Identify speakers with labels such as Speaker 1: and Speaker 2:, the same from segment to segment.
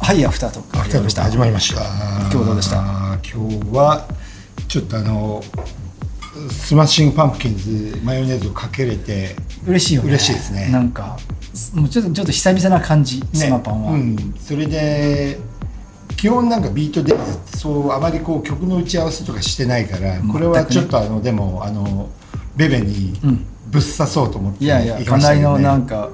Speaker 1: はいアフタートーク
Speaker 2: アフタートーク始まりました
Speaker 1: 今日はどうでした
Speaker 2: 今日はちょっとあのスマッシングパンプキンズマヨネーズをかけれて
Speaker 1: 嬉しいよね
Speaker 2: 嬉しいですね
Speaker 1: なんかもうちょっとちょっと久々な感じ、スマパンは、
Speaker 2: うん、それで基本なんかビートデイズってそうあまりこう曲の打ち合わせとかしてないからこれはちょっとあの、でもあのベベに
Speaker 1: ん
Speaker 2: ぶっ刺そうと思って
Speaker 1: いやいや
Speaker 2: 行き
Speaker 1: か
Speaker 2: まし
Speaker 1: な
Speaker 2: た
Speaker 1: り
Speaker 2: けど
Speaker 1: の
Speaker 2: ね
Speaker 1: なんか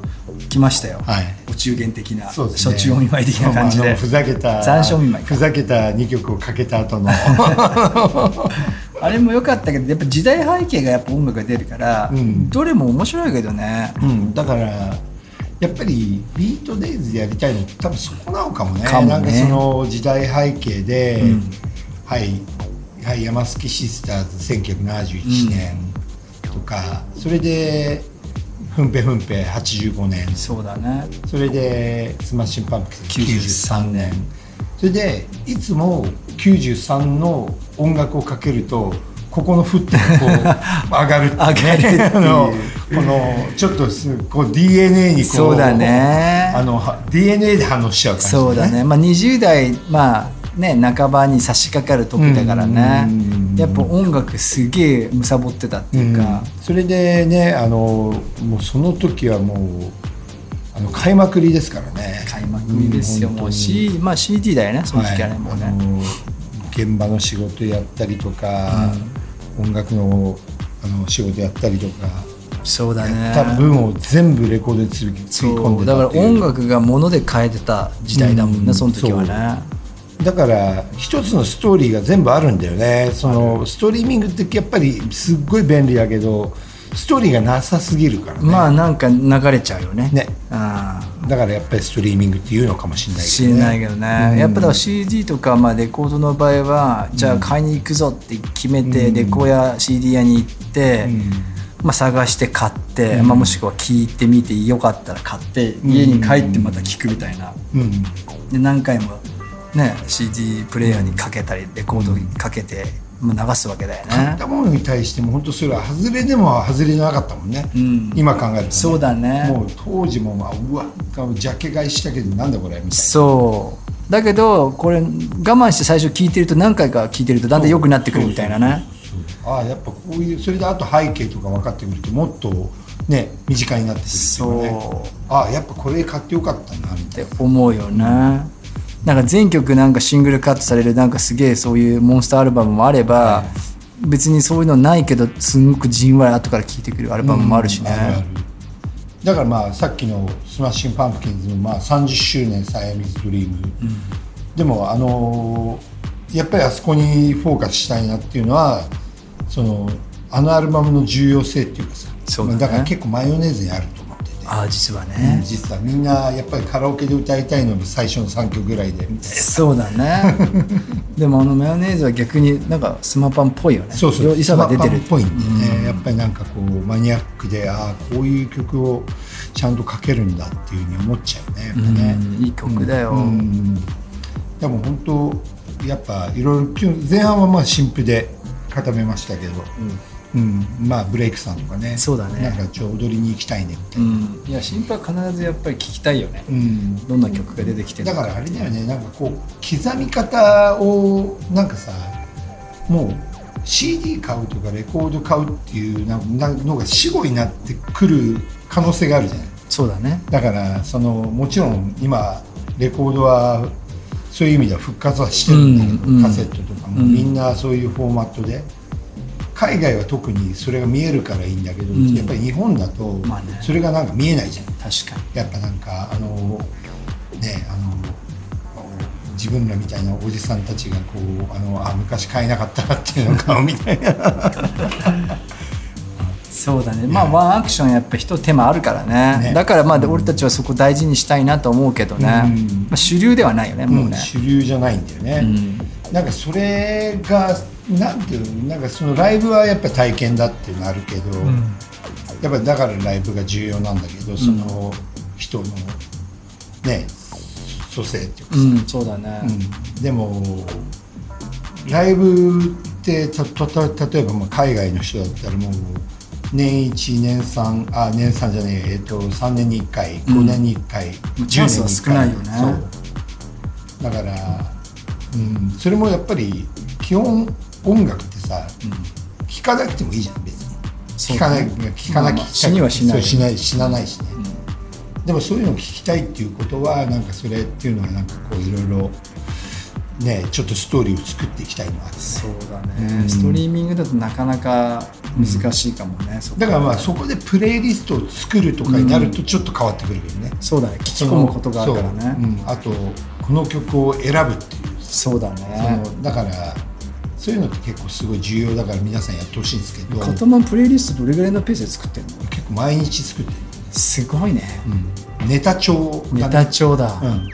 Speaker 1: 来ましたよ、
Speaker 2: はい
Speaker 1: お中元的な、
Speaker 2: そうです
Speaker 1: 初
Speaker 2: ね、
Speaker 1: 中お見舞い的な感じ
Speaker 2: そうまああ
Speaker 1: で
Speaker 2: のふざけた
Speaker 1: 残暑お見舞い
Speaker 2: ふ
Speaker 1: か
Speaker 2: ざけた2曲をかけた後 の
Speaker 1: あれも良かったけどやっぱ時代背景がやっぱ音楽が出るから、
Speaker 2: うん
Speaker 1: どれも面白いけどね
Speaker 2: うん、だからやっぱりビートデイズでやりたいのって多分そこなのかもね
Speaker 1: かもね
Speaker 2: なんかその時代背景で、
Speaker 1: ん
Speaker 2: はい、はい、山崎シスターズ1971年とか、それでふんぺふんぺ85年
Speaker 1: そうだね
Speaker 2: それでスマッシュパンプキン
Speaker 1: 93
Speaker 2: 93年それでいつも93の音楽をかけるとここのフットがこう上がるってい
Speaker 1: 上
Speaker 2: う
Speaker 1: がるっていう
Speaker 2: あのこのちょっとすこう DNA にこう
Speaker 1: そうだね
Speaker 2: あのは DNA で反応しちゃう感じ、
Speaker 1: そうだね、まあ、20代、まあね、半ばに差し掛かる時だからね
Speaker 2: うん
Speaker 1: やっぱ音楽すげえ貪ってたっていうか、
Speaker 2: それでねあのもうその時はもうあの買いまくりですからね
Speaker 1: 買いまくりですよ、
Speaker 2: うん
Speaker 1: も
Speaker 2: 本
Speaker 1: う
Speaker 2: 当に
Speaker 1: C、まあ、CD だよねその時期はね、もう
Speaker 2: あ
Speaker 1: ね
Speaker 2: の現場の仕事やったりとか、音楽のあの仕事やったりとか、
Speaker 1: そうだ
Speaker 2: やった
Speaker 1: ね
Speaker 2: 分を全部レコードにつぎつぎ込
Speaker 1: そ
Speaker 2: ん
Speaker 1: う
Speaker 2: で
Speaker 1: だか
Speaker 2: た
Speaker 1: ら
Speaker 2: っていう
Speaker 1: 音楽が物で変えてた時代だもんね、
Speaker 2: うん
Speaker 1: その時はね
Speaker 2: だから一つのストーリーが全部あるんだよねそのストリーミングってやっぱりすっごい便利だけどストーリーがなさすぎるからね、
Speaker 1: まあなんか流れちゃうよね
Speaker 2: ね
Speaker 1: うん
Speaker 2: だからやっぱりストリーミングっていうのかもしれないけ
Speaker 1: 知
Speaker 2: ど
Speaker 1: れ
Speaker 2: ね
Speaker 1: ないけどね、やっぱだから CD とか、まあ、レコードの場合はじゃあ買いに行くぞって決めて、レコーや CD 屋に行って、まあ、探して買って、まあ、もしくは聞いてみてよかったら買って家に帰ってまた聞くみたいな、
Speaker 2: うん
Speaker 1: で何回も、ね、CD プレイヤーにかけたりレコードにかけて、まあ、流すわけだよ
Speaker 2: 買っ
Speaker 1: ね。
Speaker 2: たものに対しても本当それは外れでも外れじゃなかったもんね、
Speaker 1: ん
Speaker 2: 今考えると、ね、
Speaker 1: そうだね
Speaker 2: もう当時も、まあ、うわジャケ買いしたけどなんだこれみたいな
Speaker 1: そうだけどこれ我慢して最初聞いてると何回か聞いてるとだんだん良くなってくるみたいなね。
Speaker 2: ああやっぱこういうそれであと背景とか分かってくるともっとね身近になってくるっていうか
Speaker 1: そ
Speaker 2: ねああやっぱこれ買ってよかったなみ
Speaker 1: った
Speaker 2: い
Speaker 1: て思うよね、なんか全曲なんかシングルカットされるなんかすげえそういうモンスターアルバムもあれば、別にそういうのないけどすんごくじんわり後から聴いてくるアルバムもあるしね
Speaker 2: な、あるあるだからまあさっきのスマッシングパンプキンズのまあ30周年「サイアミズ・ドリーム」でもあのーやっぱりあそこにフォーカスしたいなっていうのはそのあのアルバムの重要性っていうかさ
Speaker 1: そうだね
Speaker 2: まあから結構マヨネーズにあると思ってて
Speaker 1: ああ実はね、
Speaker 2: 実はみんなやっぱりカラオケで歌いたいのに最初の3曲ぐらいでみたいな
Speaker 1: そうだ ねでもあのマヨネーズは逆になんかスマパンっぽいよね
Speaker 2: そうそう
Speaker 1: 良さが出てる
Speaker 2: スマパンっぽいんでね、やっぱりなんかこうマニアックでああこういう曲をちゃんと書けるんだっていうふうに思っちゃうねやっぱね、
Speaker 1: うんいい曲だよ、
Speaker 2: うんでも本当やっぱいろいろ前半はまあ新譜で固めましたけど、うんまあブレイクさんとかね
Speaker 1: そうだね
Speaker 2: なんかちょ踊りに行きたいねみたいな、
Speaker 1: うんいや心配は必ずやっぱり聴きたいよね、
Speaker 2: うん
Speaker 1: どんな曲が出てきてる
Speaker 2: だ
Speaker 1: の
Speaker 2: からあれだよねなんかこう刻み方をなんかさもう CD 買うとかレコード買うっていうななのが死語になってくる可能性があるじゃない
Speaker 1: そうだね
Speaker 2: だからそのもちろん今レコードはそういう意味では復活はしてるんだけど、
Speaker 1: うんうん
Speaker 2: カセットとかも
Speaker 1: うん
Speaker 2: みんなそういうフォーマットで、海外は特にそれが見えるからいいんだけど、
Speaker 1: ん
Speaker 2: やっぱり日本だと
Speaker 1: まあね
Speaker 2: それがなんか見えないじゃん、
Speaker 1: 確かに
Speaker 2: やっぱなんかあのねあの自分らみたいなおじさんたちがこうあのあ昔買えなかったなっていうの顔みたいな
Speaker 1: そうだね、まあワンアクションやっぱ一手間あるからね
Speaker 2: ね
Speaker 1: だからまあ俺たちはそこ大事にしたいなと思うけどね、
Speaker 2: うん
Speaker 1: まあ、主流ではないよねもう
Speaker 2: うん
Speaker 1: ね、
Speaker 2: 主流じゃないんだよね、なんかそれがなんていうのなんかそのライブはやっぱ体験だっていうのあるけど、やっぱだからライブが重要なんだけどその人のね蘇生っていうか
Speaker 1: うんそうだね、
Speaker 2: うんでもライブってたたた例えばまあ海外の人だったらもう年1年3あ年3じゃねえ、えっと、3年に1回5年に1回、
Speaker 1: まあ
Speaker 2: 10年に1回
Speaker 1: チャンスは少ないよね
Speaker 2: そうそれもやっぱり基本音楽ってさ、聴かなくてもいいじゃん別に
Speaker 1: そう
Speaker 2: 聴かない聴かなきゃ
Speaker 1: 死にはしない
Speaker 2: そうしない死なないしね、でもそういうのを聞きたいっていうことはなんかそれっていうのはなんかこういろいろねちょっとストーリーを作っていきたいのはある
Speaker 1: そうだね、ストリーミングだとなかなか難しいかもね、そこ
Speaker 2: だからまあそこでプレイリストを作るとかになるとちょっと変わってくるけどね、
Speaker 1: そうだね聞き込むことがあるからね
Speaker 2: そううんあとこの曲を選ぶっていう
Speaker 1: そうだね
Speaker 2: そのだからそういうのって結構すごい重要だから皆さんやってほしいんですけど
Speaker 1: カ
Speaker 2: 結
Speaker 1: トマンプレイリストどれぐらいのペースで作ってんの
Speaker 2: 構毎日作ってる、
Speaker 1: すごいね、
Speaker 2: ネタ帳
Speaker 1: ネ
Speaker 2: が
Speaker 1: タ帳だ、
Speaker 2: うん、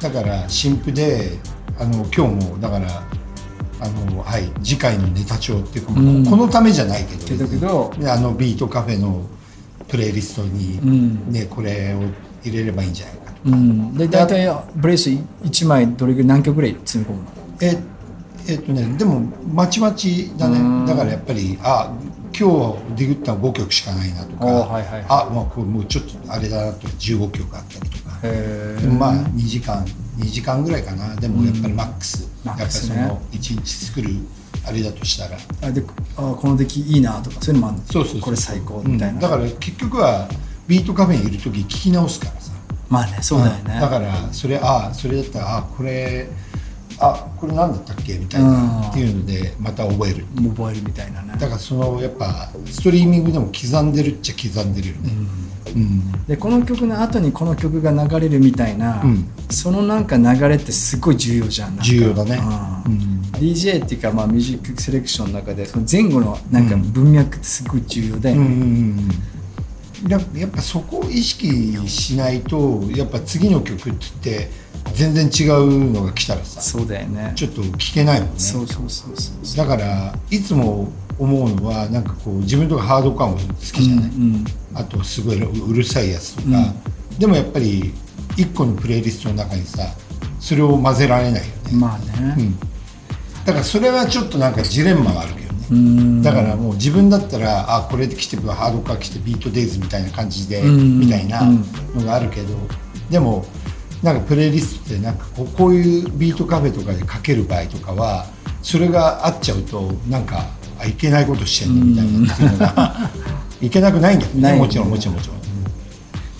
Speaker 2: だから新婦であの今日もだからあの、はい、次回のネタ帳っていうか、
Speaker 1: ん
Speaker 2: このためじゃないけど
Speaker 1: けどけど
Speaker 2: であのビートカフェのプレイリストに、
Speaker 1: ん
Speaker 2: ね、これを入れればいいんじゃないかと。
Speaker 1: うん、で大体ブレイス1枚どれぐらい何曲ぐらい詰め込むの
Speaker 2: ええっとねでもまちまちだねだからやっぱりあ今日ディグったの5曲しかないなと
Speaker 1: あ
Speaker 2: か、
Speaker 1: はいはいはい
Speaker 2: あもうこれもうちょっとあれだなと15曲あったりとか
Speaker 1: へ
Speaker 2: でもまあ2時間2時間ぐらいかなでもやっぱりマックス、
Speaker 1: マ
Speaker 2: や
Speaker 1: ッ
Speaker 2: っ
Speaker 1: ク
Speaker 2: ぱり
Speaker 1: ス
Speaker 2: そ
Speaker 1: ね
Speaker 2: の1日作るあれだとしたら、
Speaker 1: あであこの出来いいなとかそういうのもあるの
Speaker 2: そうそうそう
Speaker 1: これ最高みたいな、
Speaker 2: うんだから結局はビートカフェにいる時聞き直すからさ
Speaker 1: まあねそうだよね、
Speaker 2: うんだからそれあそれだったらあこれあこれ何だったっけみたいうなんっていうのでまた覚える
Speaker 1: モバイルみたいなね
Speaker 2: だからそのやっぱストリーミングでも刻んでるっちゃ刻んでるよね、うん
Speaker 1: でこの曲の後にこの曲が流れるみたいな、
Speaker 2: ん
Speaker 1: そのなんか流れってすごい重要じゃんなんか
Speaker 2: 重要だね
Speaker 1: うん DJ っていうか、まあ、ミュージックセレクションの中でその前後のなんか文脈ってすごい重要だよ
Speaker 2: うんう
Speaker 1: ね、
Speaker 2: んうんややっぱそこを意識しないとやっぱ次の曲って言って全然違うのが来たらさ
Speaker 1: そうだよね
Speaker 2: ちょっと聞けないもんね
Speaker 1: そうそうそうそう
Speaker 2: だからいつも思うのはなんかこう自分とかハード感も好きじゃない、
Speaker 1: うん
Speaker 2: あとすごいうるさいやつとか、でもやっぱり一個のプレイリストの中にさそれを混ぜられないよね
Speaker 1: うんまあね、
Speaker 2: だからそれはちょっとなんかジレンマがあるけどね、
Speaker 1: ん
Speaker 2: だからもう自分だったらあこれで来てハードカー来てビートデイズみたいな感じで、
Speaker 1: ん
Speaker 2: みたいなのがあるけど、でもなんかプレイリストってなんかこうこういうビートカフェとかでかける場合とかはそれが合っちゃうとなんかあいけないことしてんだみたいなっていうの がいけなくないんだよ
Speaker 1: ない
Speaker 2: ね
Speaker 1: よね
Speaker 2: もちろんもちろんもちろん。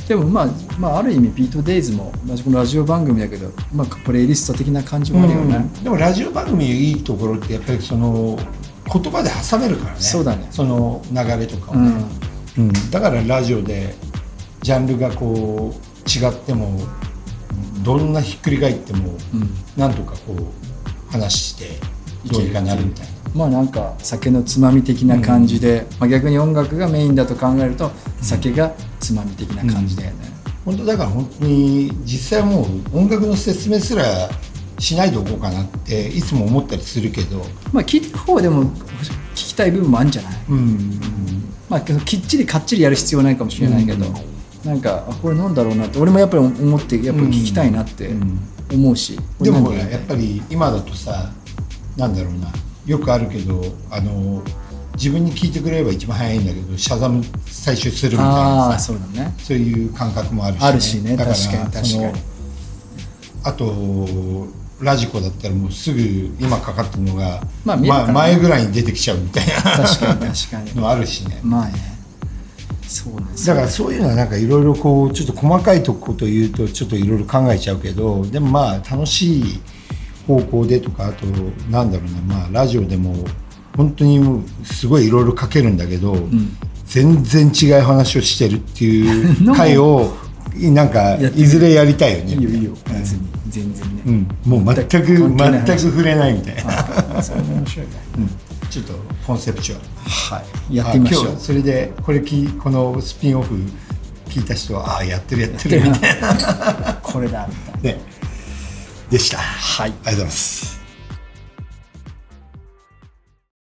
Speaker 1: でもまあ、まあ、ある意味ビートデイズも、まあ、このラジオ番組だけど、まあ、プレイリスト的な感じもあるよね、
Speaker 2: うんでもラジオ番組いいところってやっぱりその言葉で挟めるからね
Speaker 1: そうだね
Speaker 2: その流れとかをね、うんだからラジオでジャンルがこう違ってもどんなひっくり返っても、なんとかこう話してどうにかなるみたいな。
Speaker 1: まあなんか酒のつまみ的な感じで、まあ、逆に音楽がメインだと考えると酒がつまみ的な感じだよね、
Speaker 2: 本当だから本当に実際もう音楽の説明すらしないでおこうかなっていつも思ったりするけど、
Speaker 1: まあ聞いていく方はでも聞きたい部分もあるんじゃない、
Speaker 2: うん、
Speaker 1: まあ、けどきっちりかっちりやる必要はないかもしれないけど、なんかあこれなんだろうなって俺もやっぱり思ってやっぱり聞きたいなって思うし、
Speaker 2: でも
Speaker 1: こ
Speaker 2: ほ
Speaker 1: れ
Speaker 2: ら
Speaker 1: なんだ
Speaker 2: や
Speaker 1: ろ
Speaker 2: っぱり今だとさなんだろうなよくあるけどあの自分に聞いてくれれば一番早いんだけどシャザム最終するみ
Speaker 1: う
Speaker 2: たい
Speaker 1: あ
Speaker 2: な
Speaker 1: あ
Speaker 2: さ
Speaker 1: そうだね
Speaker 2: そういう感覚もあるし、
Speaker 1: あるしね
Speaker 2: だから
Speaker 1: 確かに確かに
Speaker 2: そのあとラジコだったらもうすぐ今かかってるのが、
Speaker 1: まあ見えるからね
Speaker 2: 前ぐらいに出てきちゃうみたい
Speaker 1: 確かに確かに
Speaker 2: なのあるしね
Speaker 1: まあねそうね
Speaker 2: だからそういうのはなんかいろいろこうちょっと細かいとこと言うとちょっといろいろ考えちゃうけどでもまあ楽しい方向でとかあとなんだろうなまあラジオでも本当にもうすごいいろいろ書けるんだけど、全然違う話をしてるっ てい
Speaker 1: な
Speaker 2: うん
Speaker 1: か
Speaker 2: 回をなんか
Speaker 1: てみる
Speaker 2: いずれやりたいよね
Speaker 1: いいよいいよ別に全然ね、
Speaker 2: うん、もう全く
Speaker 1: 関
Speaker 2: 全
Speaker 1: 係ない話
Speaker 2: く触れないみたいな
Speaker 1: それも面白いね
Speaker 2: ちょっとコンセプチュアル
Speaker 1: やってみましょう
Speaker 2: あ今日それでこれきこのスピンオフ聞いた人はああやってるやってるみたいな
Speaker 1: これだみたいな
Speaker 2: ね、でした。はい、ありがとうございます。